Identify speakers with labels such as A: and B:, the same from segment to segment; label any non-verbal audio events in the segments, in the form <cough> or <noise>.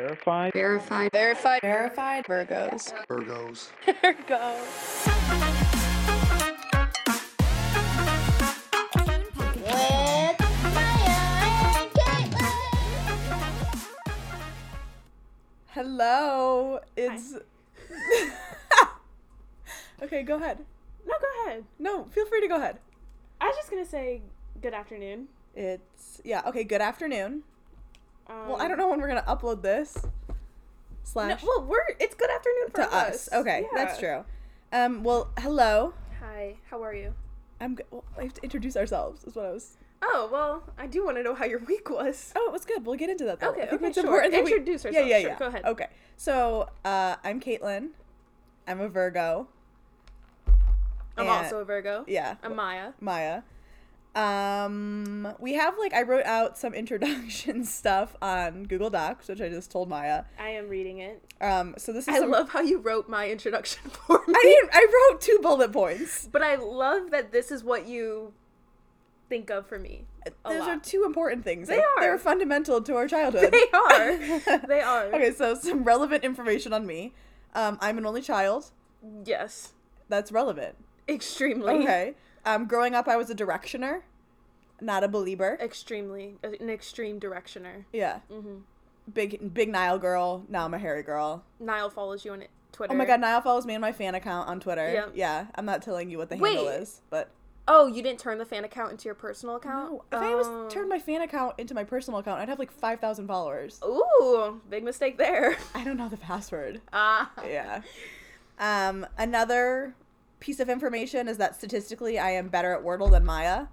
A: Verified.
B: Verified.
C: Verified
D: Verified.
C: Virgos.
E: Virgos.
C: Virgo.
D: Hello. It's. okay, go ahead.
C: No, Oh, go ahead.
D: No, feel free to go ahead.
C: I was just gonna say good afternoon.
D: It's. Yeah, okay, good afternoon.
C: Um,
D: Well, I don't know when we're going to upload this.
C: No,
D: Slash.
C: well, we're it's good afternoon for
D: to us. Okay, that's
C: Yeah.
D: true. Um, well, hello.
C: Hi, how are you?
D: I'm. G- well, I have to introduce ourselves. Is what I was.
C: Oh well, I do want to know how your week was.
D: Oh, it was good. We'll get into that. Though.
C: Okay,
D: I think
C: okay,
D: it's
C: sure.
D: important that we-
C: Introduce
D: Yeah,
C: yourself.
D: yeah,
C: Sure,
D: yeah.
C: go ahead.
D: Okay, so uh, I'm Caitlin. I'm a Virgo.
C: I'm
D: Yeah.
C: also a Virgo.
D: Yeah.
C: I'm Maya.
D: Maya. Um, we have like I wrote out some <laughs> introduction stuff on Google Docs, which I just told Maya.
C: I am reading it.
D: Um, so this is
C: I
D: some-
C: love how you wrote my introduction for me.
D: I didn't. I wrote two bullet points.
C: But I love that this is what you think of for me. A
D: Those
C: lot.
D: are two important things.
C: They
D: Like,
C: are.
D: They're fundamental to our childhood.
C: They are. <laughs> They are.
D: Okay, so some relevant information on me. Um, I'm an only child.
C: Yes.
D: That's relevant.
C: Extremely.
D: Okay. Um, growing up, I was a directioner, not a believer.
C: Uh, Extremely. An extreme directioner.
D: Yeah.
C: mm-hmm.
D: Big big Nile girl. Now I'm a hairy girl.
C: Nile follows you on Twitter.
D: Oh my god, Niall follows me in my fan account on Twitter.
C: Yep.
D: Yeah, I'm not telling you what the handle
C: Wait.
D: is, but
C: Oh, you didn't turn the fan account into your personal account?
D: if I
C: um,
D: was turned my fan account into my personal account, I'd have like 5,000 followers.
C: Ooh, big mistake there. <laughs>
D: I don't know the password.
C: Ah.
D: yeah. Um, another piece of information is that statistically, I am better at Wordle than Maya.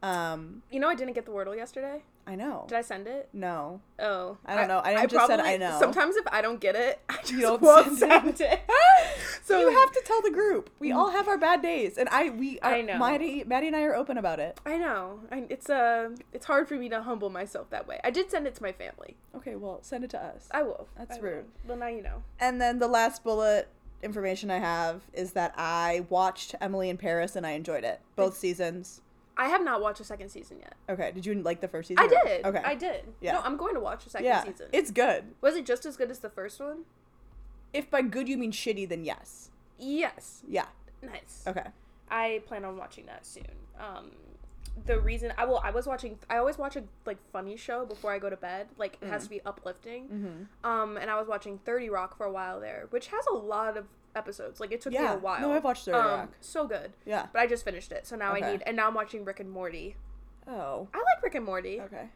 D: Um,
C: You know I didn't get the Wordle yesterday?
D: I know.
C: Did I send it?
D: no.
C: Oh.
D: I don't know. I just said I know.
C: Sometimes if I don't get it, <laughs> I just
D: don't
C: won't
D: send
C: send it.
D: <laughs> So you have to tell the group. We all have our bad days, and I we
C: Mm. I
D: are-
C: know.
D: Maddie, Maddie and I are open about it.
C: I know. I, it's uh, it's hard for me to humble myself that way. I did send it to my family.
D: Okay, well, send it to us.
C: I will.
D: That's
C: I will.
D: rude.
C: Well, now you know.
D: And then the last bullet information I have is that I watched Emily in Paris and I enjoyed it. Both seasons.
C: I have not watched a second season yet.
D: Okay. Did you like the first season?
C: I
D: or-
C: did.
D: Okay.
C: I did.
D: Yeah.
C: No, I'm going to watch the second
D: yeah.
C: season.
D: It's good.
C: Was it just as good as the first one?
D: If by good you mean shitty, then yes.
C: Yes.
D: Yeah.
C: Nice.
D: Okay.
C: I plan on watching that soon. Um, the reason I will I was watching I always watch a like funny show before I go to bed. Like it has to
D: Mm.
C: be uplifting. Um, and I was watching Thirty Rock for a while there, which has a lot of episodes. Like it took me
D: Yeah.
C: a while.
D: No, I've watched 30
C: Um,
D: Rock.
C: So good.
D: Yeah.
C: But I just finished it, so now I
D: Okay.
C: need and now I'm watching Rick and Morty.
D: Oh.
C: I like Rick and Morty,
D: Okay.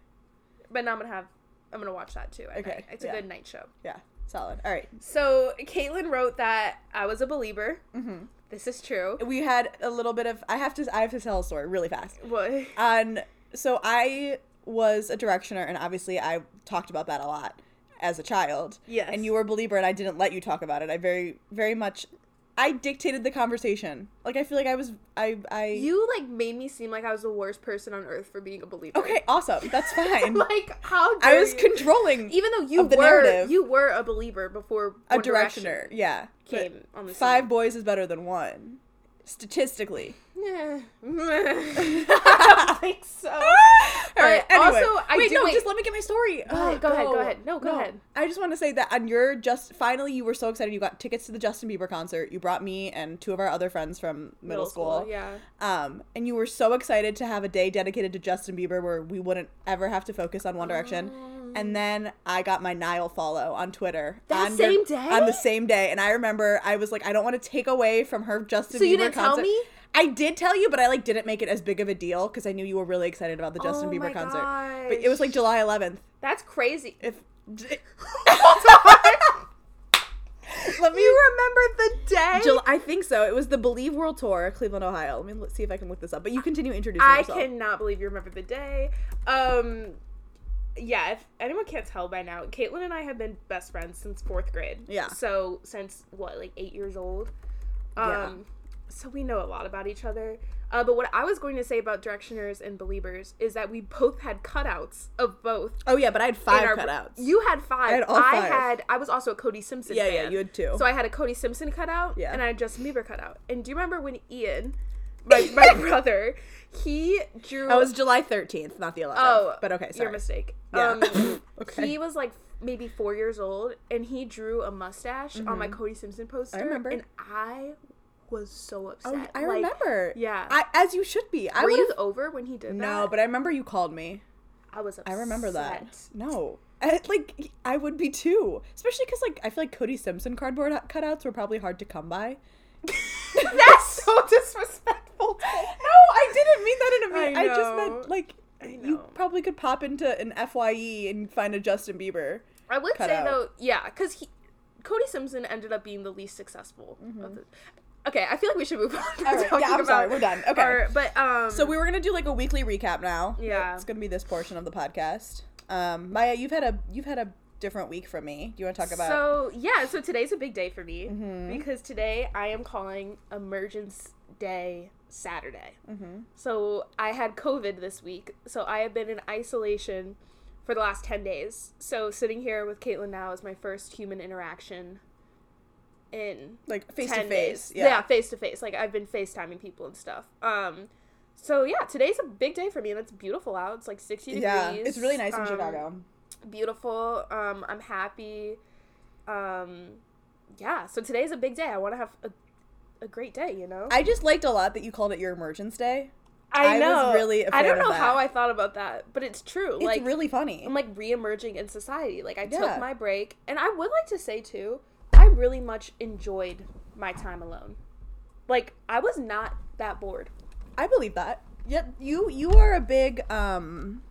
C: but now I'm gonna have I'm gonna watch that too. I
D: Okay,
C: think. It's
D: yeah.
C: a good night show.
D: Yeah. Solid. All right.
C: So Caitlin wrote that I was a believer.
D: Mhm.
C: This is true.
D: We had a little bit of I have to I have to tell a story really fast.
C: What?
D: And so I was a directioner and obviously I talked about that a lot as a child.
C: Yes.
D: And you were a believer and I didn't let you talk about it. I very very much I dictated the conversation. Like I feel like I was I I
C: You like made me seem like I was the worst person on earth for being a believer. <laughs>
D: Okay, awesome. That's fine.
C: like how
D: I
C: dare
D: was
C: <laughs> you.
D: controlling
C: even though you
D: of the
C: were
D: narrative.
C: you were a believer before
D: a
C: One Direction
D: directioner. Yeah.
C: came on the
D: But Five boys is better than one.
C: <laughs>
D: Statistically. <laughs>
C: scene. I don't think <laughs> so.
D: All right.
C: But
D: Anyway.
C: also, I
D: wait,
C: do-
D: no,
C: wait.
D: just let me get my story.
C: Go
D: <gasps>
C: ahead, go ahead, go ahead. No, go ahead.
D: I just want to say that on your just finally, you were so excited. You got tickets to the Justin Bieber concert. You brought me and two of our other friends from middle, school.
C: Yeah.
D: Um, and you were so excited to have a day dedicated to Justin Bieber where we wouldn't ever have to focus on One Direction. And then I got my Nile follow on Twitter.
C: That
D: on
C: same day?
D: On the same day. And I remember I was like, I don't want to take away from her Justin
C: So
D: Bieber
C: you didn't tell
D: concert.
C: me?
D: I did tell you, but I like didn't make it as big of a deal because I knew you were really excited about the Justin
C: Oh
D: Bieber
C: my
D: concert. But it was like
C: gosh.
D: July 11th.
C: That's crazy. <laughs>
D: If <laughs>
C: Let me remember the day.
D: Jul- I think so. It was the Believe World Tour, Cleveland, Ohio. Let me l- see if I can look this up. But you continue introducing
C: I
D: yourself.
C: cannot believe you remember the day. Um, yeah, if anyone can't tell by now, Caitlin and I have been best friends since fourth grade.
D: Yeah.
C: So since what, like eight years old. Um,
D: Yeah.
C: So we know a lot about each other. Uh, but what I was going to say about directioners and believers is that we both had cutouts of both.
D: Oh yeah, but I had
C: in
D: five
C: our-
D: cutouts.
C: You had five.
D: I had all five.
C: had- I was also a Cody Simpson.
D: Yeah, yeah,
C: fan.
D: you had two.
C: So I had a Cody Simpson cutout.
D: Yeah.
C: And I had Justin Bieber cutout. And do you remember when Ian, my my <laughs> brother, he drew.
D: That was July 13th, not the 11th.
C: Oh,
D: but okay, sorry.
C: your mistake.
D: <laughs> Yeah.
C: Um,
D: <laughs> Okay.
C: He was like maybe four years old, and he drew a mustache on my
D: Mhm.
C: Cody Simpson poster.
D: remember.
C: And I was so upset.
D: Oh, I
C: Like,
D: remember.
C: Yeah.
D: I, as you should be. I
C: Were you
D: would've-
C: over when he did that?
D: No, but I remember you called me.
C: I was
D: I
C: upset. <laughs>
D: remember that. <laughs> No. I, like I would be too, especially because like I feel like Cody Simpson cardboard cut- cutouts were probably hard to come by.
C: That's so disrespectful.
D: <laughs> No, I didn't mean that in a mean.
C: I
D: I, just
C: know.
D: meant like
C: I
D: you
C: know.
D: probably could pop into an Fye and find a Justin Bieber.
C: I would
D: cut
C: say
D: out.
C: though, yeah, because he, Cody Simpson ended up being the least successful. Of the, okay, I feel like we should move on. to
D: Mm-hmm. All right, yeah,
C: talking
D: I'm sorry,
C: about
D: we're done. Okay.
C: our- but um,
D: So we were gonna do like a weekly recap now.
C: Yeah.
D: it's gonna be this portion of the podcast. Um, Maya, you've had a you've had a different week from me. Do you want to talk about?
C: So yeah, so today's a big day for me
D: Mhm.
C: because today I am calling Emergence Day Saturday.
D: Mhm.
C: So I had COVID this week, so I have been in isolation for the last ten days. So sitting here with Caitlin now is my first human interaction in
D: like face to
C: 10
D: face.
C: days. face to face. Like I've been FaceTiming people and stuff. Um, so yeah, today's a big day for me, and it's beautiful out. It's like sixty
D: yeah,
C: degrees.
D: it's really nice in
C: Um,
D: Chicago.
C: Beautiful. Um, I'm happy. Um, yeah. So today's a big day. I want to have a, a great day. You know.
D: I just liked a lot that you called it your emergence day. I
C: I,
D: was
C: know.
D: really
C: I
D: afraid
C: don't
D: of
C: know
D: that.
C: how I thought about that, but it's true.
D: It's
C: like
D: really funny.
C: I'm like re-emerging in society. Like I
D: Yeah.
C: took my break, and I would like to say too, I really much enjoyed my time alone. Like I was not that bored.
D: I believe that. Yep, you you are a big um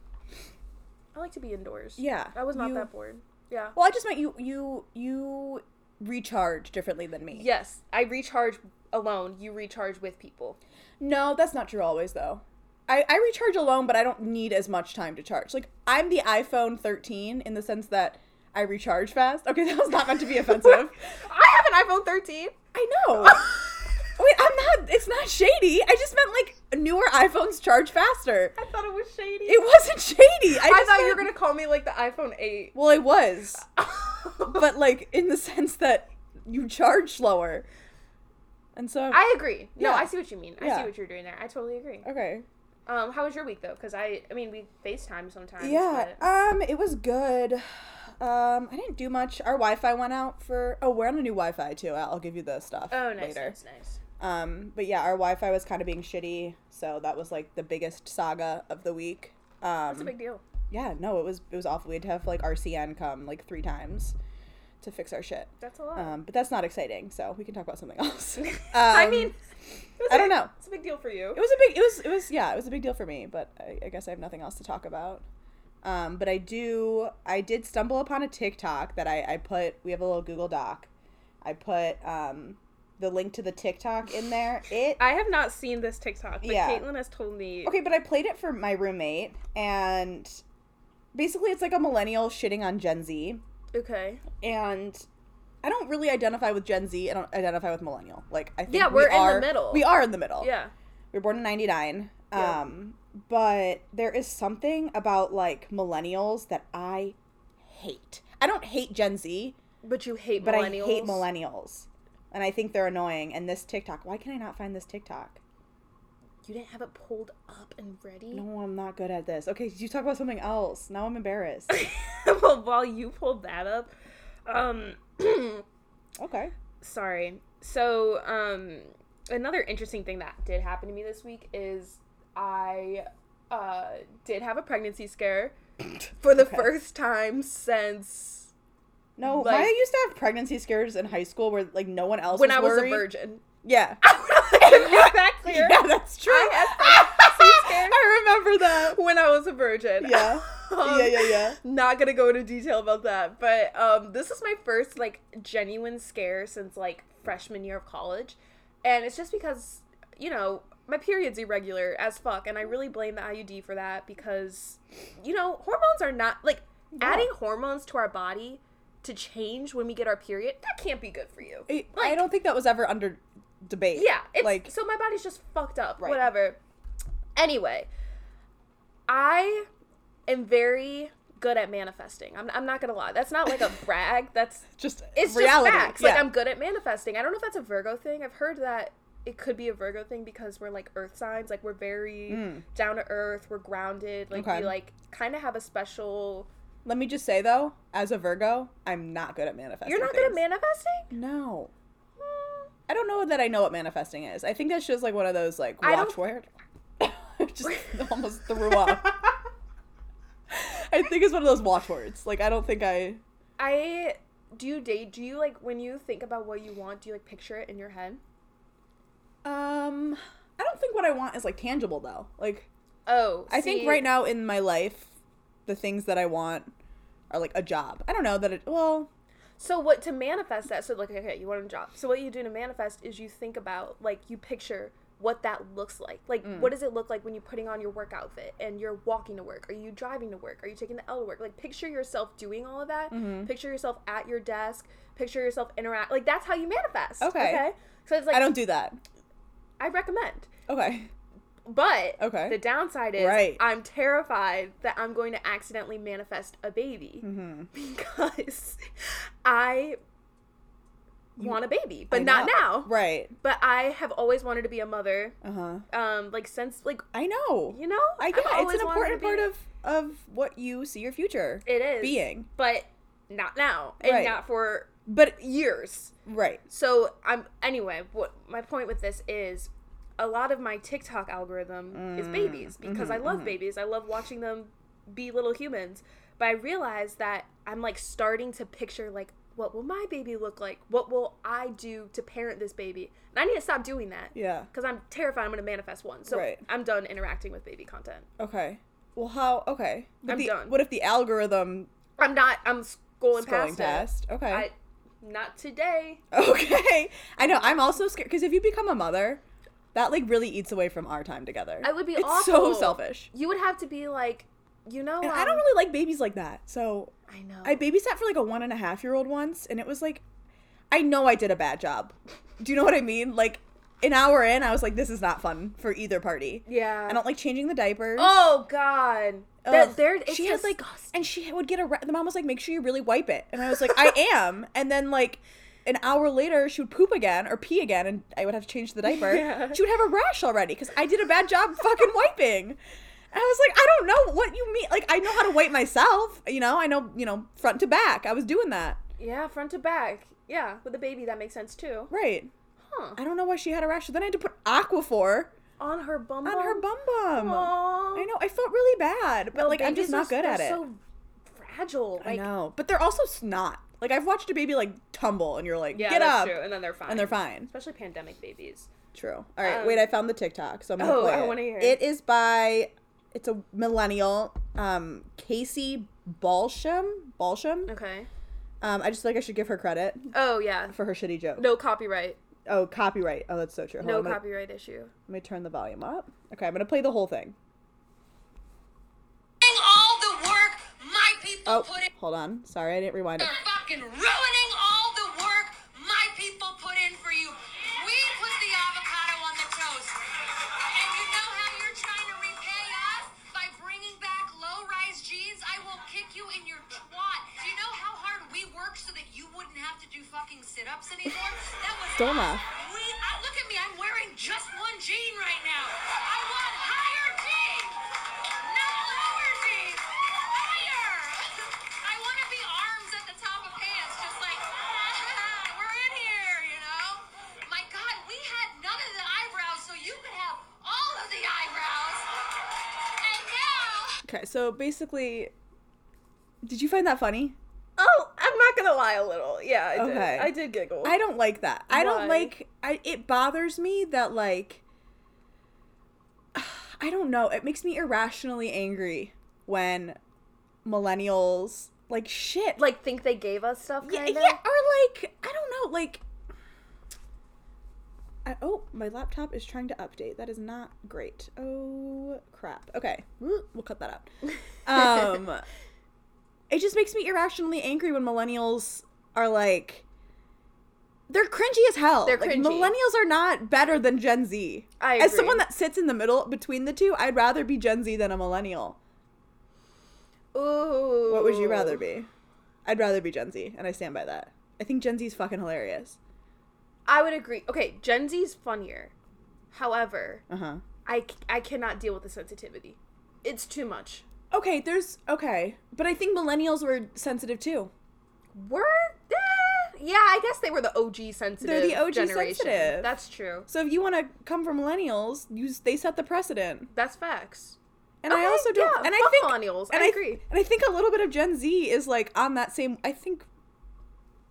C: I like to be indoors.
D: yeah.
C: I was not
D: you-
C: that bored. Yeah.
D: Well, I just meant you you you recharge differently than me.
C: Yes, I recharge alone. You recharge with people.
D: No, that's not true always though. I, I recharge alone, but I don't need as much time to charge. Like I'm the iPhone 13 in the sense that I recharge fast. Okay, <laughs> that was not meant to be
C: <laughs>
D: offensive.
C: I have an
D: <laughs>
C: iPhone 13.
D: I know. Wait, I'm not. It's not shady. I just meant like newer iPhones charge faster.
C: I thought it was shady.
D: It wasn't shady. I,
C: I,
D: just
C: thought you were
D: meant-
C: gonna call me like the iPhone
D: <laughs>
C: 8.
D: Well, it was,
C: but
D: but like in the sense that you charge slower, and so
C: I agree. No,
D: Yeah.
C: I see what you mean. I
D: Yeah.
C: see what you're doing there. I totally agree.
D: okay.
C: Um, how was your week though? Because I, I mean, we FaceTime sometimes.
D: Yeah.
C: but-
D: Um, it was good. Um, I didn't do much. Our Wi-Fi went out for. Oh, we're on a new Wi-Fi too. I'll I'll give you the stuff
C: Oh, nice,
D: later.
C: nice, nice.
D: Um, but yeah, our Wi-Fi was kind of being shitty, so that was like the biggest saga of the week. Um,
C: That's a big deal.
D: yeah, no, it was it was awful. We had to have like RCN come like three times to fix our shit.
C: That's a lot.
D: Um, but that's not exciting, so we can talk about something
C: <laughs>
D: else.
C: I
D: um,
C: mean, it was
D: I don't
C: like-
D: know.
C: It's a big deal for you.
D: it was a big it was it was yeah it was a big deal for me but i, I guess i have nothing else to talk about um, but i do i did stumble upon a tiktok that i, I put we have a little google doc i put um, the link to the tiktok in there it
C: I have not seen this TikTok, but
D: Yeah.
C: Caitlin has told me.
D: okay but i played it for my roommate and basically it's like a millennial shitting on gen z
C: Okay.
D: and I don't really identify with Gen Z. I don't identify with millennial. Like I think
C: Yeah,
D: we
C: we're in the
D: are-
C: middle.
D: We are in the middle.
C: Yeah.
D: We were born in 99.
C: Yeah.
D: Um, but there is something about like millennials that I hate. I don't hate Gen Z,
C: But you hate
D: but I
C: millennials.
D: hate millennials. And I think they're annoying. And this TikTok, why can I not find this TikTok?
C: You didn't have it pulled up and ready.
D: No, I'm not good at this. Okay, you talk about something else. Now I'm
C: <coughs>
D: embarrassed.
C: well, <laughs> while you pulled that up, um, <clears throat>
D: okay.
C: sorry. So, um, another interesting thing that did happen to me this week is I uh, did have a pregnancy
D: <laughs>
C: scare for the
D: Okay.
C: first time since
D: No,
C: Like-
D: Maya used to have pregnancy scares in high school where like no one else
C: when
D: was
C: I was
D: worried.
C: a virgin.
D: <laughs>
C: <laughs>
D: Yeah.
C: Is that clear?
D: yeah, that's true.
C: I had pregnancy scares
D: <laughs> I remember that.
C: when I was a virgin.
D: Yeah.
C: <laughs> Um,
D: yeah, yeah, yeah.
C: not gonna go into detail about that but um this is my first like genuine scare since like freshman year of college and it's just because you know my period's irregular as fuck and i really blame the iud for that because you know hormones are not like adding hormones to our body to change when we get our period that can't be good for you
D: I- I
C: <laughs> Like-
D: don't think that was ever under debate.
C: yeah, it's
D: like
C: so my body's just fucked up.
D: Right.
C: Whatever. Anyway, I am very good at manifesting. I'm, I'm not gonna lie. That's not like
D: <laughs>
C: a brag. That's
D: just
C: it's
D: reality.
C: just facts.
D: Yeah.
C: Like I'm good at manifesting. I don't know if that's a Virgo thing. I've heard that it could be a Virgo thing because we're like earth signs. Like we're very down to earth. We're grounded. Like
D: Mm. Okay.
C: we like kind of have a special
D: Let me just say though, as a Virgo, I'm not good at manifesting.
C: You're not good at
D: things.
C: manifesting?
D: No.
C: Mm,
D: I don't know that I know what manifesting is. I think that's just like one of those like
C: I don't-
D: <laughs> watchword. just <laughs> almost threw
C: <laughs>
D: up. I think it's one of those watchwords. Like I don't think I
C: I do you date do you like when you think about what you want, do you like picture it in your head?
D: um I don't think what I want is like tangible though. Like
C: Oh,
D: I think right now in my life the things that I want are like a job. I don't know that it well,
C: So what to manifest that? So like okay, you want a job. So what you do to manifest is you think about like you picture what that looks like. Like
D: Mm.
C: what does it look like when you're putting on your work outfit and you're walking to work? Are you driving to work? Are you taking the L to work? Like picture yourself doing all of that.
D: Mm-hmm.
C: Picture yourself at your desk. Picture yourself interact. Like that's how you manifest.
D: Okay.
C: So it's like
D: I don't do that.
C: I recommend.
D: Okay.
C: But
D: Okay.
C: the downside is
D: Right.
C: I'm terrified that I'm going to accidentally manifest a baby
D: Mm-hmm.
C: because <laughs> I want a baby, but
D: I
C: not
D: know.
C: now.
D: Right.
C: But I have always wanted to be a mother.
D: Uh-huh.
C: Um, like since like
D: I know.
C: you know,
D: I
C: I've
D: get it.
C: always
D: It's an
C: wanted to
D: important
C: be-
D: part of of what you see your future
C: it is
D: being.
C: but not now and
D: Right.
C: not for
D: But
C: years.
D: right.
C: So I'm anyway. What my point with this is, a lot of my TikTok algorithm is
D: Mm,
C: babies because
D: mm-hmm,
C: I love babies. I love watching them be little humans. But I realize that I'm like starting to picture like, what will my baby look like? What will I do to parent this baby? And I need to stop doing that
D: Yeah.
C: because I'm terrified I'm going to manifest one. So
D: Right.
C: I'm done interacting with baby content.
D: Okay. Well, how? Okay. But
C: I'm
D: the-
C: done.
D: What if the algorithm
C: I'm not. I'm scrolling,
D: is going
C: past, past
D: past? Okay.
C: it. I, not today.
D: <laughs> okay. I know. I'm also scared because if you become a mother, that like really eats away from our time together.
C: I would be
D: It's so
C: awful.
D: selfish.
C: You would have to be like, you know,
D: And I don't
C: um,
D: really like babies like that. So
C: I know.
D: I babysat for like a one and a half year old once, and it was like, I know I did a bad job. Do you know what I mean? Like, an hour in, I was like, this is not fun for either party.
C: Yeah.
D: I don't like changing the diapers.
C: Oh God. That
D: Ugh.
C: there. It's
D: she had like,
C: disgusting.
D: and she would get a. ra- The mom was like, "Make sure you really wipe it," and I was like,
C: <laughs>
D: "I am." And then like, an hour later, she would poop again or pee again, and I would have to change the diaper.
C: <laughs> Yeah.
D: She would have a rash already because I did a bad job fucking wiping. And I was like, I don't know what you mean. Like, I know how to wipe myself. You know, I know you know front to back. I was doing that
C: yeah, front to back. Yeah, with a baby that makes sense too.
D: right.
C: Huh.
D: I don't know why she had a rash. Then I had to put Aquaphor
C: On her bum.
D: on her bum bum.
C: Aww.
D: I know. I felt really bad, but
C: Well,
D: like I'm just
C: babies
D: not
C: are-
D: good
C: they're
D: at it.
C: So fragile. Like,
D: I know, but they're also snot. Like I've watched a baby like tumble, and you're like,
C: Yeah,
D: get
C: that's
D: up,
C: true. And then they're fine.
D: and they're fine.
C: Especially pandemic babies.
D: True. All right,
C: Um,
D: wait. I found the TikTok, so I'm gonna
C: Oh,
D: play
C: I
D: it.
C: wanna hear it.
D: It is by, it's a millennial, um, Casey Balsham. Balsham.
C: Okay.
D: Um, I just feel like I should give her credit
C: Oh yeah.
D: for her shitty joke.
C: No copyright.
D: Oh, copyright. Oh, that's so true. Hold
C: No
D: on, I'm gonna-
C: copyright issue.
D: Let me turn the volume up. Okay, I'm gonna play the whole thing.
A: Doing all the work my people
D: Oh,
A: put in.
D: hold on. Sorry, I didn't rewind it.
A: They're fucking ruining all the work my people put in for you. We put the avocado on the toast. And you know how you're trying to repay us? By bringing back low-rise jeans? I will kick you in your twat. Do you know how hard we worked so that you wouldn't have to do fucking sit-ups anymore? That was
D: Don't
A: us.
D: laugh.
A: We, I, look at me, I'm wearing just one jean right now. I want higher jeans, not lower jeans. Higher. I want to be arms at the top of pants, just like <laughs> "Ah, we're in here, you know. My God, we had none of the eyebrows, so you could have all of the eyebrows. And now.
D: Okay, so basically, did you find that funny?
C: Oh, I'm not gonna lie a little. Yeah, I did.
D: Okay.
C: I did giggle.
D: I don't like that. I
C: Why?
D: don't like I it bothers me that like <sighs> I don't know. It makes me irrationally angry when millennials like shit like
C: like think they gave us stuff.
D: yeah,
C: Kinda?
D: yeah or like I don't know like I, oh, my laptop is trying to update. That is not great. Oh crap. Okay. We'll cut that out um
C: <laughs>
D: it just makes me irrationally angry when millennials are like they're cringy as hell.
C: They're
D: Like,
C: cringy.
D: millennials are not better than Gen Z.
C: I
D: As
C: agree.
D: someone that sits in the middle between the two, I'd rather be Gen Z than a millennial.
C: Ooh.
D: What would you rather be? I'd rather be Gen Z, and I stand by that. I think Gen Z's fucking hilarious.
C: I would agree. Okay, Gen Z's funnier. However,
D: Uh huh.
C: Uh-huh. I, c- I cannot deal with the sensitivity. It's too much.
D: Okay, there's okay, but I think millennials were sensitive too.
C: Were eh, yeah, I guess they were the OG sensitive.
D: They're the OG
C: generation.
D: sensitive.
C: That's true.
D: So if you want to come from millennials, you s- they set the precedent.
C: That's facts.
D: And I
C: Okay,
D: also don't.
C: yeah,
D: and I
C: fuck
D: think
C: millennials,
D: And
C: I
D: th-
C: agree.
D: and I think a little bit of Gen Z is like on that same. I think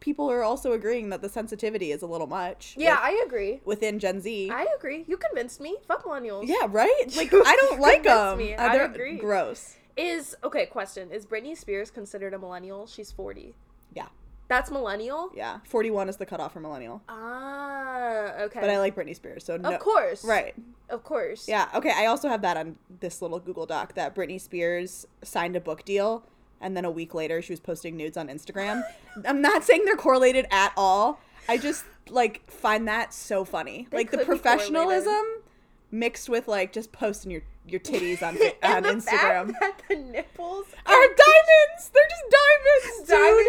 D: people are also agreeing that the sensitivity is a little much.
C: Yeah,
D: with-
C: I agree.
D: within Gen Z.
C: I agree. You convinced me. Fuck millennials.
D: yeah, right.
C: <laughs>
D: Like I don't like
C: Convince
D: them.
C: me.
D: Uh,
C: I
D: they're
C: agree.
D: Gross.
C: Is okay. Question: Is Britney Spears considered a millennial? She's forty.
D: Yeah,
C: That's millennial.
D: yeah. Forty-one is the cutoff for millennial.
C: Ah, okay.
D: But I like Britney Spears, so no.
C: Of course.
D: Right.
C: Of course.
D: Yeah. Okay. I also have that on this little Google Doc that Britney Spears signed a book deal, and then a week later she was posting nudes on
C: <laughs>
D: Instagram. I'm not saying they're correlated at all. I just like find that so funny.
C: They
D: like the
C: could be
D: professionalism mixed with like just posting your your titties
C: <laughs>
D: on on
C: And the
D: Instagram.
C: fact <laughs>
D: <laughs>
C: that the nipples
D: Are diamonds? They're just diamonds, dude.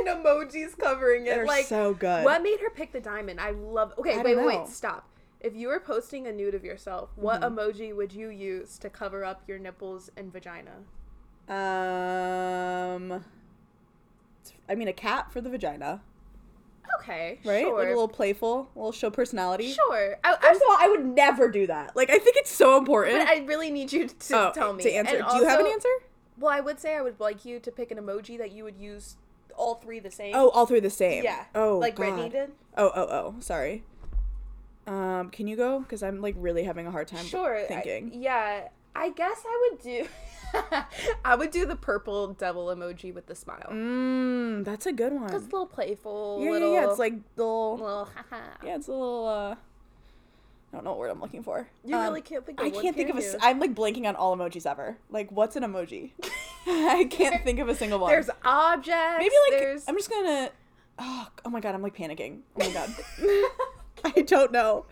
C: diamond emojis covering it.
D: They're
C: like
D: so good.
C: What made her pick the diamond? I love. Okay,
D: I
C: wait,
D: don't
C: wait,
D: know. Mm-hmm.
C: wait, stop. If you were posting a nude of yourself, what emoji would you use to cover up your nipples and vagina?
D: Um, I mean, a cat for the vagina,
C: Okay,
D: right?
C: Sure.
D: Like a little playful, a little show personality.
C: Sure. I, I,
D: First of all, I would never do that. Like, I think it's so important.
C: but I really need you to
D: Oh,
C: tell me.
D: to answer.
C: And
D: do you have an
C: also-
D: answer?
C: Well, I would say I would like you to pick an emoji that you would use all three the same.
D: Oh, all through the same.
C: yeah.
D: Oh,
C: like
D: God.
C: Brittany did.
D: Oh, oh, oh. Sorry. Um, can you go? Because I'm like really having a hard time.
C: Sure. I-
D: Thinking.
C: yeah. I guess I would do. <laughs> I would do the purple devil emoji with the smile.
D: Mmm, that's a good one.
C: It's a little playful.
D: yeah,
C: little,
D: yeah, yeah. It's like the <laughs> little.
C: little. haha.
D: Yeah, it's a little. uh I don't know what word I'm looking for.
C: You
D: Um,
C: really can't think. Of
D: I
C: one,
D: can't think of
C: can
D: a. s-
C: you?
D: I'm like blanking on all emojis ever. Like, what's an emoji? <laughs> I can't think of a single one.
C: There's objects.
D: maybe like
C: there's.
D: I'm just gonna. Oh, oh my god, I'm like panicking. Oh my
C: <laughs>
D: god, <laughs> I don't know.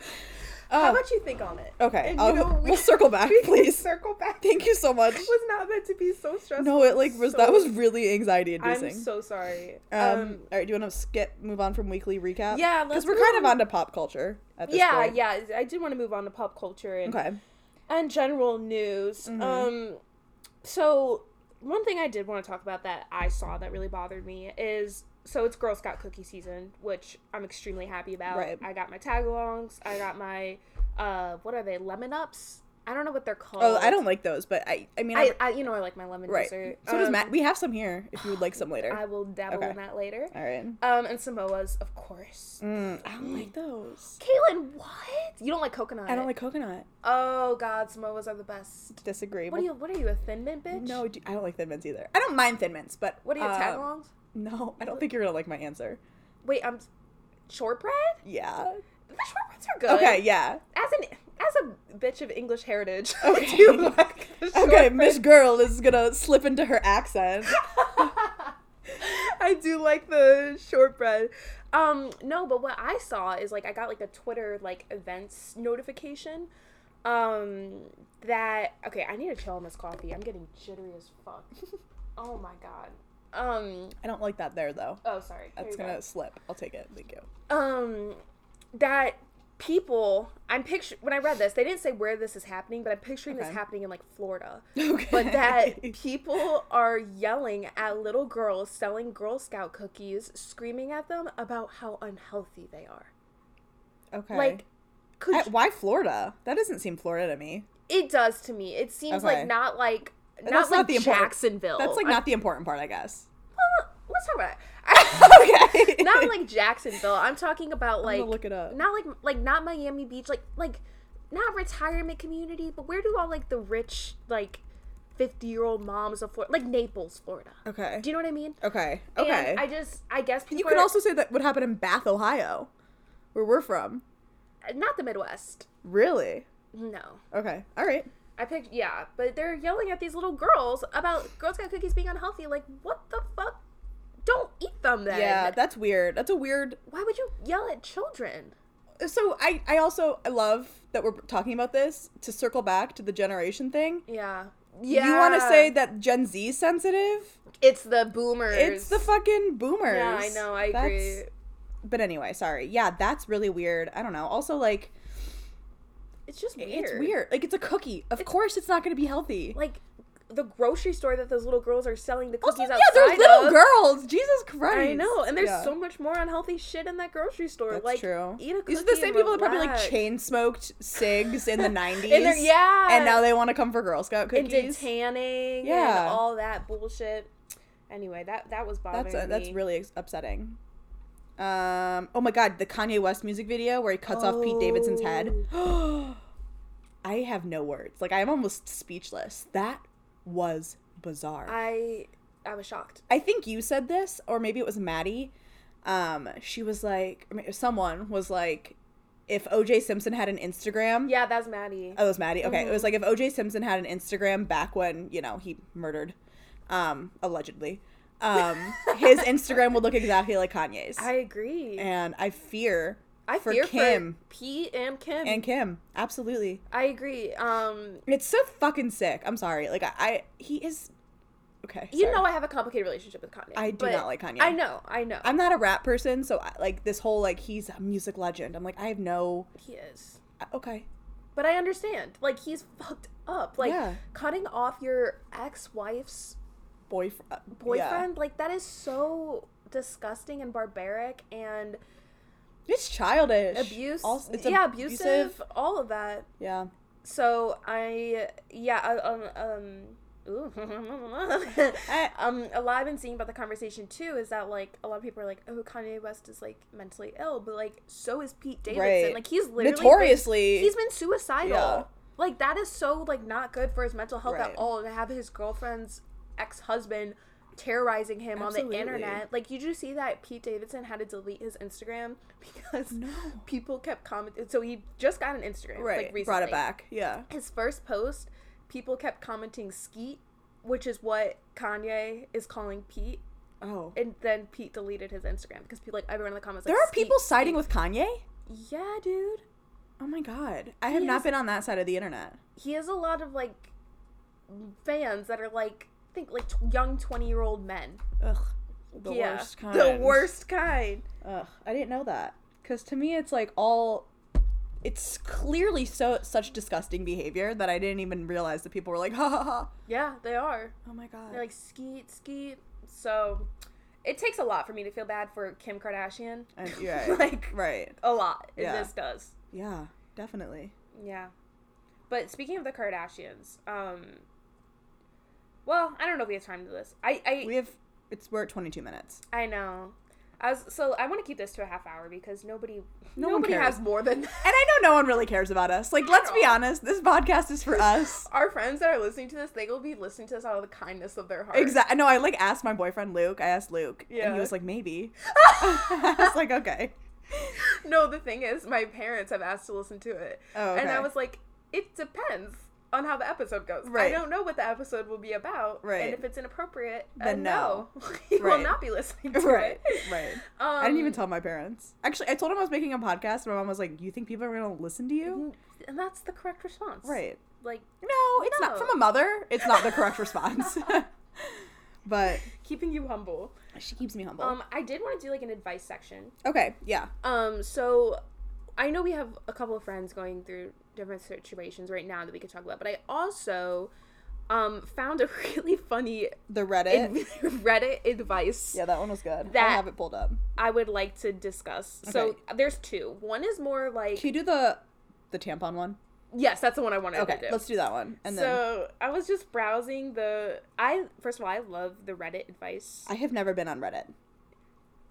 C: How
D: Uh,
C: about you think on it?
D: okay,
C: And, you
D: I'll,
C: know,
D: <laughs> we, will circle
C: <laughs>
D: back, please.
C: Circle back.
D: Thank you so much.
C: It was not meant to be so stressful.
D: No, it like was
C: So-
D: that was really anxiety
C: I'm
D: inducing.
C: so sorry.
D: um,
C: Um.
D: all right, do you want to skip move on from weekly recap?
C: Yeah,
D: because
C: let's
D: we're
C: move
D: kind of
C: on.
D: on to pop culture at this
C: yeah,
D: point.
C: yeah. I did want to move on to pop culture and
D: Okay. Mm-hmm.
C: and general news. Um, so one thing I did want to talk about that I saw that really bothered me is so it's Girl Scout cookie season, which I'm extremely happy about.
D: Right.
C: I got my tagalongs. I got my uh, what are they? Lemon ups. I don't know what they're called.
D: Oh, I don't like those, but I I mean
C: I,
D: I,
C: I you know I like my lemon
D: Um, right.
C: dessert.
D: So does
C: Um,
D: Matt. We have some here if you would like some later.
C: I will dabble
D: Okay.
C: in that later.
D: all right.
C: Um, and Samoa's, of course.
D: Mm, I don't like those.
C: Caitlin, what? You don't like coconut?
D: I don't like coconut.
C: Oh God, Samoa's are the best.
D: Disagree.
C: What are you? What are you a thin mint bitch?
D: No, do- I don't like Thin Mints either. I don't mind Thin Mints, but
C: What are you
D: Mm-hmm. um,
C: tagalongs?
D: No, I don't think you're gonna like my answer.
C: Wait, I'm shortbread.
D: Yeah.
C: The shortbreads are good.
D: Okay. Yeah.
C: As an as a bitch of English heritage,
D: Okay.
C: I <laughs> do like
D: <laughs>
C: the
D: Okay.
C: shortbread.
D: Miss Girl is gonna slip into her
C: <laughs>
D: accent.
C: I do like the shortbread. Um, no, but what I saw is like I got like a Twitter like events notification. Um, that okay, I need to chill on this coffee. I'm getting jittery as <laughs> fuck. oh my god. Um.
D: I don't like that there though.
C: Oh, sorry. Here
D: That's
C: you go.
D: gonna slip. I'll take it. Thank you.
C: um that people I'm picture when I read this, they didn't say where this is happening, but I'm picturing
D: Okay.
C: this happening in like
D: <laughs>
C: Florida.
D: Okay. <laughs>
C: But that people are yelling at little girls selling Girl Scout cookies, screaming at them about how unhealthy they are.
D: okay.
C: Like could
D: I-
C: you-
D: why Florida? That doesn't seem Florida to me.
C: it does to me. It seems
D: Okay.
C: like not like not
D: That's
C: like
D: not the important-
C: Jacksonville.
D: That's like not the important part, I
C: <laughs>
D: guess.
C: Well, let's
D: <laughs>
C: talk about it. <laughs>
D: Okay.
C: not like Jacksonville. I'm talking about
D: I'm
C: like
D: gonna look it up.
C: not like like not Miami Beach, like like not retirement community, but where do all like the rich like fifty year old moms of Florida, like Naples, Florida?
D: Okay.
C: Do you know what I mean?
D: Okay.
C: And
D: Okay.
C: I just I guess people
D: you could
C: are-
D: also say that would happen in Bath, Ohio, where we're from.
C: not the Midwest.
D: Really?
C: No,
D: Okay. All right.
C: I picked yeah, but they're yelling at these little girls about Girl Scout cookies being unhealthy. Like what the fuck? Don't eat them then.
D: Yeah, that's weird. That's a weird.
C: Why would you yell at children?
D: So I, I also I love that we're talking about this to circle back to the generation thing.
C: Yeah. Yeah.
D: You want to say that Gen Z is sensitive?
C: it's the boomers.
D: It's the fucking boomers.
C: Yeah, I know. I
D: That's-
C: agree.
D: But anyway, sorry. Yeah, that's really weird. I don't know. Also, like
C: It's just weird.
D: it's weird. Like it's a cookie. Of course, it's not going to be healthy.
C: Like the grocery store that those little girls are selling the
D: Also,
C: cookies
D: yeah,
C: outside
D: they're little
C: of.
D: girls. Jesus Christ.
C: I know, and there's
D: Yeah.
C: so much more unhealthy shit in that grocery store.
D: That's
C: like,
D: true.
C: eat a cookie.
D: These are the same
C: and
D: people that probably like
C: relax.
D: chain smoked cigs in the
C: <laughs>
D: 90s.
C: And they're yeah,
D: And now they want to come for Girl Scout
C: and did
D: cookies.
C: tanning
D: Yeah.
C: and all that bullshit. Anyway, that that was bothering
D: That's uh, that's
C: me.
D: really ex- upsetting. Um, oh my god, the Kanye West music video where he cuts off Pete Davidson's head.
C: Oh.
D: <gasps> I have no words. Like I'm almost speechless. That was bizarre.
C: I I was shocked.
D: I think you said this, or maybe it was Maddie. Um, she was like, I mean, someone was like, if OJ Simpson had an Instagram.
C: Yeah, that's Maddie.
D: Oh, it was Maddie. Okay,
C: Mm-hmm.
D: it was like if OJ Simpson had an Instagram back when you know he murdered, um, allegedly. Um,
C: <laughs>
D: his Instagram would look exactly like Kanye's,
C: I agree.
D: and I fear.
C: I
D: for
C: fear
D: Kim
C: for Pete and Kim.
D: and Kim. Absolutely,
C: I agree. Um,
D: it's so fucking sick. I'm sorry. Like I, I he is. Okay,
C: you
D: sorry.
C: know I have a complicated relationship with Kanye.
D: I do
C: but
D: not like Kanye.
C: I know. I know.
D: I'm not a rap person, so I, like this whole like he's a music legend. I'm like I have no
C: he is.
D: uh, okay.
C: But I understand. Like he's fucked up. Like
D: Yeah.
C: cutting off your ex-wife's
D: Boyfriend,
C: boyfriend, like that is so disgusting and barbaric and
D: It's childish.
C: abuse.
D: Also, it's
C: yeah, abusive, all of that.
D: Yeah.
C: So I yeah, I- um um <laughs> Ooh.
D: I-
C: um, a lot I've been seeing about the conversation too is that like a lot of people are like, oh, Kanye West is like mentally ill, but like so is Pete Davidson.
D: Right.
C: Like he's literally
D: Notoriously.
C: been, he's been suicidal.
D: Yeah.
C: Like that is so like not good for his mental health
D: Right.
C: at all to have his girlfriend's ex husband terrorizing him on
D: Absolutely.
C: the internet. Like, did you see that Pete Davidson had to delete his Instagram <laughs> because people kept commenting? So he just got an Instagram,
D: right.
C: Like recently
D: Brought it back. Yeah.
C: his first post, people kept commenting skeet, which is what Kanye is calling Pete.
D: Oh.
C: And then Pete deleted his Instagram because people like everyone in the comments.
D: there
C: like,
D: are people
C: "Skeet,
D: siding with Kanye?
C: skeet." Yeah, dude.
D: Oh my god. I have
C: He
D: not
C: is-
D: been on that side of the internet.
C: He has a lot of like fans that are like I think like t- young twenty year old men.
D: Ugh. The
C: Yeah.
D: worst kind.
C: The worst kind.
D: Ugh. I didn't know that. Cuz to me it's like all it's clearly so such disgusting behavior that I didn't even realize that people were like <laughs> ha ha ha.
C: Yeah, they are.
D: Oh my god.
C: They're like skeet, skeet. So it takes a lot for me to feel bad for Kim Kardashian. <laughs>
D: And- yeah,
C: like
D: right.
C: a lot. It
D: Yeah.
C: just does.
D: Yeah, definitely.
C: Yeah. But speaking of the Kardashians, um well, I don't know if we have time to this. I I,
D: We have it's we're at 22 minutes.
C: I know. I was so I want to keep this to a half hour because nobody
D: No one
C: nobody
D: cares.
C: has more than
D: And I know no one really cares about us. Like, let's be honest, this podcast is for us.
C: <laughs> our friends that are listening to this, they will be listening to this out of the kindness of their heart.
D: Exactly. No, I like asked my boyfriend Luke. I asked Luke, and
C: Yeah.
D: he was like,
C: <laughs>
D: maybe. <laughs> I was like, okay.
C: No, the thing is my parents have asked to listen to it.
D: Oh,
C: And I
D: okay.
C: was like, it depends on how the episode goes.
D: Right.
C: I don't know what the episode will be about.
D: Right.
C: And if it's inappropriate,
D: Then
C: then no. <laughs> you
D: Right.
C: will not be listening <laughs> to
D: Right,
C: it.
D: right.
C: Um,
D: I didn't even tell my parents. Actually, I told him I was making a podcast. and My mom was like, "You think people are gonna listen to you?"
C: N- and that's the correct response.
D: Right.
C: Like
D: No, it's not
C: No.
D: from a mother. It's not the
C: <laughs>
D: correct response. <laughs> but
C: keeping you humble.
D: she keeps me humble.
C: Um, I did want to do like an advice section.
D: okay, yeah,
C: Um, so I know we have a couple of friends going through different situations right now that we could talk about, but I also um found a <laughs> really funny
D: the Reddit.
C: ad- Reddit advice
D: yeah, that one was good. I
C: That-
D: have it pulled up.
C: I would like to discuss. So
D: Okay.
C: there's two. One is more like
D: Can you do the the tampon one?
C: yes, that's the one I wanted
D: Okay,
C: to do.
D: let's do that one. And then
C: so I was just browsing the I first of all I love the Reddit advice.
D: I have never been on Reddit.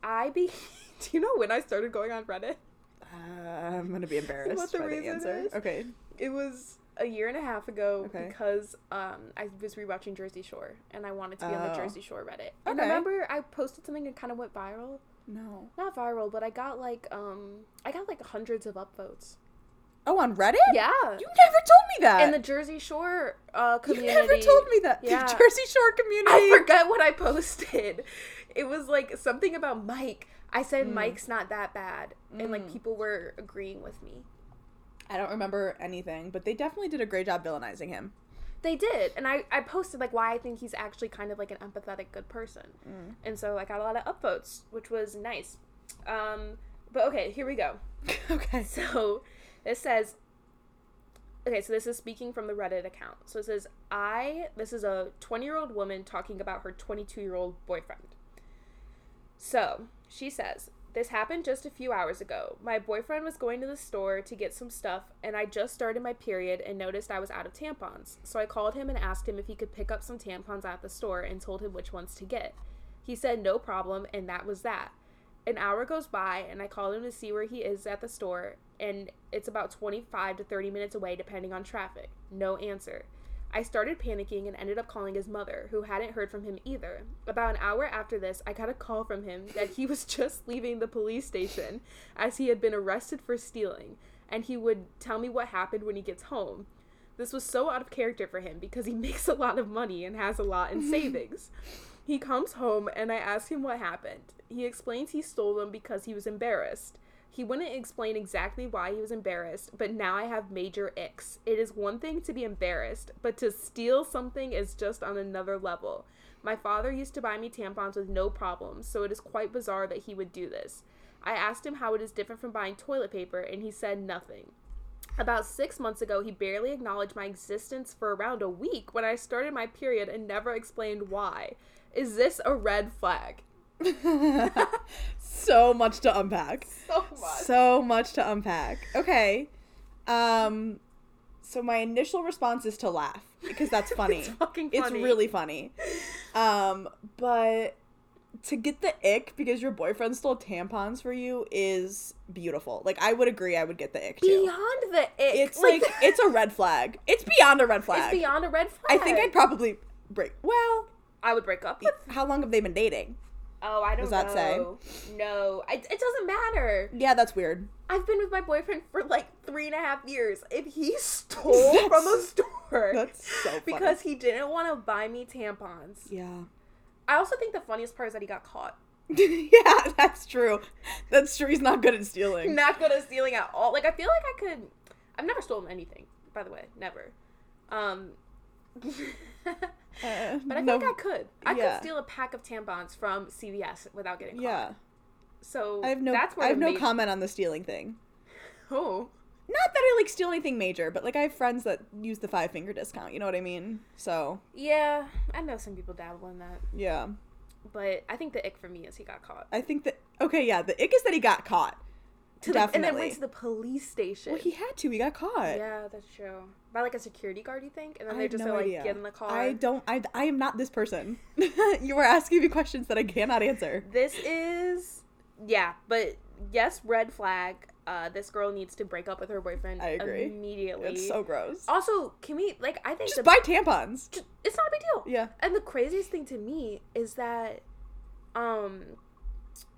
C: I be. <laughs> Do you know when I started going on Reddit?
D: Uh, I'm gonna be embarrassed
C: What the
D: by the
C: reason
D: answer.
C: is?
D: Okay.
C: It was a year and a half ago
D: Okay.
C: because um, I was rewatching Jersey Shore and I wanted to be on
D: Oh.
C: the Jersey Shore Reddit. And
D: Okay.
C: remember, I posted something and kind of went viral.
D: No.
C: Not viral, but I got like um, I got like hundreds of upvotes.
D: Oh, on Reddit?
C: Yeah.
D: You never told me that.
C: in the Jersey Shore uh,
D: you
C: community.
D: never told
C: <laughs>
D: me that.
C: Yeah.
D: The Jersey Shore community.
C: I forgot what I posted. It was like something about Mike. I said
D: Mm.
C: Mike's not that bad, and like people were agreeing with me.
D: I don't remember anything, but they definitely did a great job villainizing <laughs> him.
C: They did. And I, I posted like why I think he's actually kind of like an empathetic good person. And so I got a lot of upvotes, which was nice. <laughs> Um, but okay, here we go.
D: okay.
C: So it says okay, so this is speaking from the Reddit account. So it says, I, this is a 20 year old woman talking about her 22 year old boyfriend. So she says, This happened just a few hours ago. My boyfriend was going to the store to get some stuff, and I just started my period and noticed I was out of tampons. So I called him and asked him if he could pick up some tampons at the store and told him which ones to get. He said, No problem, and that was that. An hour goes by, and I call him to see where he is at the store, and it's about 25 to 30 minutes away, depending on traffic. No answer. I started panicking and ended up calling his mother, who hadn't heard from him either. About an hour after this, I got a call from him that he <laughs> was just leaving the police station as he had been arrested for stealing, and he would tell me what happened when he gets home. This was so out of character for him because he <laughs> makes a lot of money and has a lot in savings. He comes home and I ask him what happened. He explains he stole them because he was embarrassed. He wouldn't explain exactly why he was embarrassed, but now I have major icks. It is one thing to be embarrassed, but to steal something is just on another level. My father used to buy me tampons with no problem, so it is quite bizarre that he would do this. I asked him how it is different from buying toilet paper, and he said nothing. About six months ago, he barely acknowledged my existence for around a week when I started my period and never explained why. Is this a red flag?
D: <laughs> so much to unpack.
C: So
D: So much to unpack. Okay. Um so my initial response is to laugh because
C: <laughs>
D: that's funny.
C: It's fucking
D: It's
C: funny.
D: really funny. Um but to get the ick because your boyfriend stole tampons for you is beautiful. Like I would agree I would get the ick too.
C: Beyond the ick.
D: it's like it's a red flag. It's beyond a red flag.
C: it's beyond a red
D: I
C: flag.
D: think I'd probably break. Well,
C: I would break up with.
D: how long have they been dating?
C: Oh, I don't
D: Does that say?
C: know. No, I, it doesn't matter.
D: Yeah, that's weird.
C: I've been with my boyfriend for like three and a half years. If he stole <laughs> from a
D: That's-
C: store
D: That's so funny.
C: because he didn't want to buy me tampons,
D: yeah.
C: I also think the funniest part is that he got caught.
D: <laughs> yeah, that's true. That's true. He's not good at stealing. <laughs>
C: Not good at stealing at all. Like I feel like I could. I've never stolen anything, by the way, never. Um, <laughs> but
D: Uh,
C: I
D: no-
C: think I could. I
D: yeah.
C: could steal a pack of tampons from CVS without getting caught.
D: <laughs> Yeah,
C: So
D: I have no.
C: That's where
D: I have
C: the
D: no
C: major-
D: comment on the stealing thing.
C: Oh.
D: Not that I like steal anything major, but like I have friends that use the five finger discount. You know what I mean? So
C: Yeah, I know some people dabble in that,
D: yeah,
C: but I think the ick for me is he got caught.
D: I think that okay. Yeah, the ick is that he got caught.
C: To the-
D: Definitely.
C: and then went to the police station.
D: well, he had to. He got caught.
C: yeah, that's true. By like a security guard, you think? And then
D: I
C: they
D: have
C: just
D: no
C: say,
D: idea.
C: like get in the car.
D: I don't. I, I am not this person. <laughs> you are asking me questions that I cannot answer.
C: This is yeah, but yes, red flag. Uh, this girl needs to break up with her boyfriend.
D: I agree.
C: immediately.
D: It's so gross.
C: also, can we like? I think
D: Just
C: the-
D: buy tampons.
C: ju- it's not a big deal.
D: Yeah.
C: And the craziest thing to me is that, um,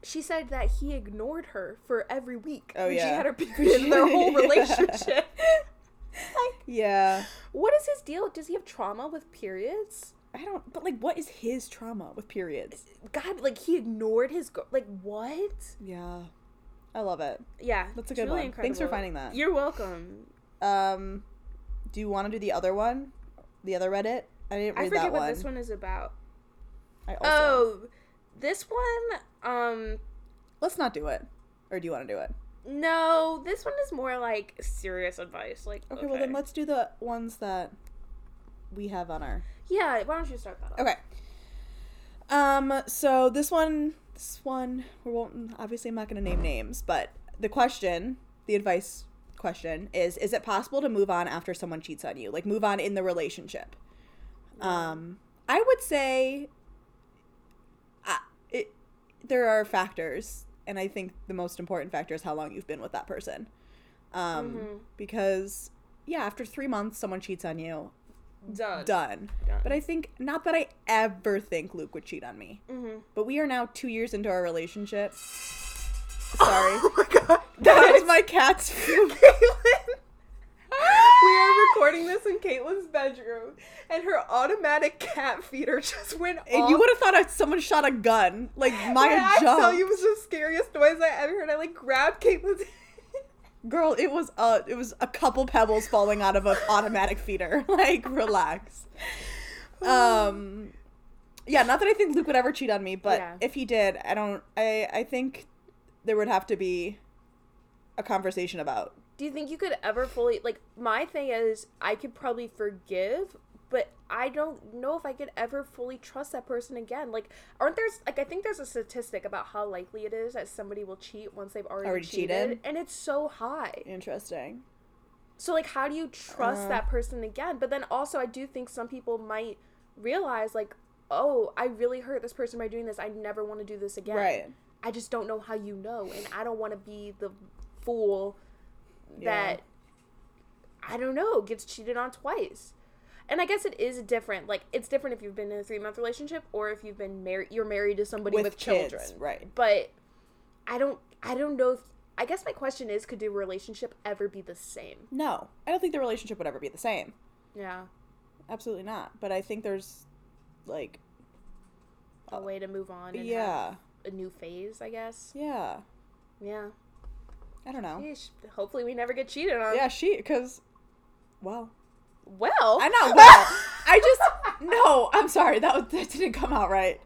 C: she said that he ignored her for every week.
D: Oh,
C: when She
D: yeah.
C: had
D: <laughs>
C: her period in their whole
D: Yeah.
C: relationship.
D: <laughs>
C: like,
D: Yeah.
C: what is his deal? Does he have trauma with periods?
D: I don't. But like, what is his trauma with periods?
C: God, like he ignored his girl. Like what?
D: Yeah. I love it.
C: Yeah,
D: That's a
C: it's
D: good one. Thanks for finding that.
C: You're welcome.
D: Um, do you want to do the other one? The other Reddit? I didn't read
C: I forget
D: that
C: what
D: one.
C: this one is about.
D: I also,
C: Oh, this one. Um,
D: let's not do it. Or do you want to do it?
C: no, this one is more like serious advice. Like,
D: Okay, Well, then let's do the ones that we have on our.
C: Yeah, why don't you start that? Off?
D: Okay. Um. So this one, this one, we won't. Obviously, I'm not going to name names, but the question, the advice question is: Is it possible to move on after someone cheats on you? Like move on in the relationship? Um. I would say. I it, there are factors, and I think the most important factor is how long you've been with that person. Um.
C: Mhm.
D: Because yeah, after three months, someone cheats on you. Oh,
C: Done.
D: Done.
C: Done.
D: But I think not that I ever think Luke would cheat on me.
C: Mm-hmm.
D: But we are now two years into our
C: <laughs>
D: relationship. Sorry,
C: <laughs> Oh my god.
D: <laughs> that
C: <laughs>
D: is my cat's. <laughs>
C: we are recording this in Caitlin's bedroom, and her automatic cat feeder just went off.
D: and you would have thought I, someone shot a gun. Like Maya
C: When I tell
D: jumped.
C: you it was the scariest noise I ever heard. I like grabbed <laughs> Caitlin's.
D: Girl, it was a it was a couple pebbles falling out of
C: <laughs>
D: an automatic feeder. <laughs> Like
C: <sighs>
D: relax. Um, yeah, not that I think Luke would ever cheat on me, but
C: Yeah.
D: if he did, I don't. I I think there would have to be a conversation about
C: Do you think you could ever fully like my thing is I could probably forgive, but I don't know if I could ever fully trust that person again. Like aren't there's like I think there's a statistic about how likely it is that somebody will cheat once they've already,
D: Already
C: cheated,
D: cheated?
C: and it's so high.
D: Interesting.
C: So like how do you trust
D: Uh.
C: that person again? But then also I do think some people might realize like Oh, I really hurt this person by doing this. I never want to do this again.
D: Right.
C: I just don't know how you know, and I don't want to be the fool
D: Yeah.
C: that I don't know gets cheated on twice. And I guess it is different. Like it's different if you've been in a three month relationship or if you've been married. You're married to somebody with,
D: With kids,
C: children,
D: right.
C: But I don't. I don't know. If, I guess my question is, could the relationship ever be the same?
D: No, I don't think the relationship would ever be the same.
C: Yeah,
D: Absolutely not. But I think there's like
C: a way to move on. And yeah,
D: yeah.
C: a new phase. I guess.
D: Yeah.
C: Yeah.
D: I don't know.
C: Yeesh. Hopefully, we never get cheated on.
D: Yeah, she cuz well,
C: Well,
D: I'm
C: <laughs>
D: not well. I just no, I'm sorry. That was, that didn't come out right.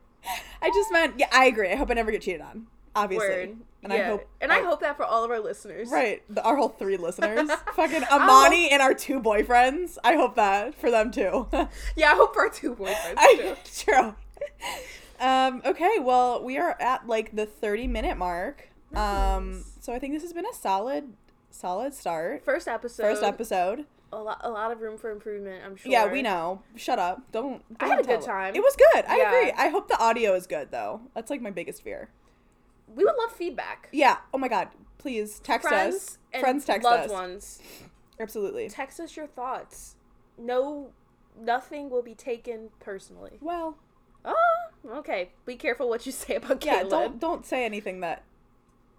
D: I just meant yeah, I agree. I hope I never get cheated on. Obviously.
C: Word.
D: And
C: yeah.
D: I hope
C: and I, hope that for all of our listeners.
D: Right. The, our whole three
C: <laughs>
D: listeners. Fucking Amani and our two boyfriends. I hope that for them too. <laughs>
C: Yeah, I hope our two boyfriends
D: I,
C: <laughs>
D: <laughs>
C: too.
D: true. Um, okay, well, we are at like the 30 minute mark. Um,
C: Nice.
D: so I think this has been a solid, solid start.
C: First episode.
D: First episode.
C: A lot, a lot of room for improvement. I'm sure.
D: Yeah, we know. Shut up. Don't.
C: I had
D: don't
C: a good
D: tell-
C: time.
D: It was good. I
C: Yeah.
D: agree. I hope the audio is good though. That's like my biggest fear.
C: We would love feedback.
D: Yeah. Oh my god. Please text us.
C: and
D: Friends text
C: loved
D: us.
C: ones.
D: Absolutely.
C: Text us your thoughts. No, nothing will be taken personally.
D: well,
C: Oh, okay. Be careful what you say
D: <laughs>
C: about
D: yeah.
C: Caleb.
D: Don't don't say anything that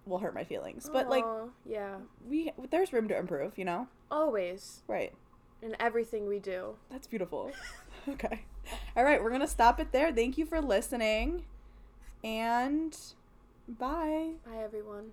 D: will hurt my feelings. But like
C: Aw, yeah,
D: we there's room to improve. You know.
C: always
D: Right.
C: in everything we do.
D: That's beautiful. <laughs> okay. All right, we're going to stop it there. Thank you for listening. And bye.
C: Bye, everyone.